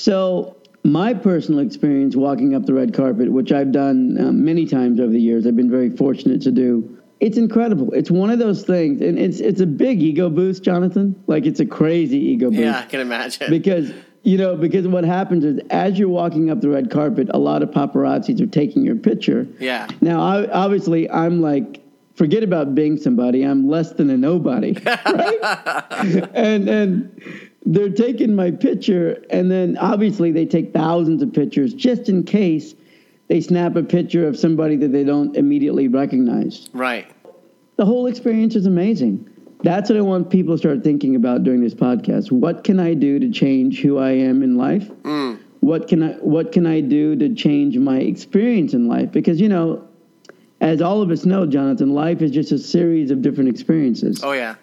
So, my personal experience walking up the red carpet, which I've done uh, many times over the years, I've been very fortunate to do. It's incredible. It's one of those things, and it's it's a big ego boost, Jonathan. Like it's a crazy ego boost Yeah, I can imagine. because you know because what happens is as you're walking up the red carpet, a lot of paparazzis are taking your picture. yeah. Now, I, obviously, I'm like, forget about being somebody. I'm less than a nobody, right? and and they're taking my picture, and then obviously they take thousands of pictures just in case they snap a picture of somebody that they don't immediately recognize. Right. The whole experience is amazing. That's what I want people to start thinking about during this podcast. What can I do to change who I am in life? What can I what can I do to change my experience in life? Because you know, as all of us know, Jonathan, life is just a series of different experiences. Oh yeah.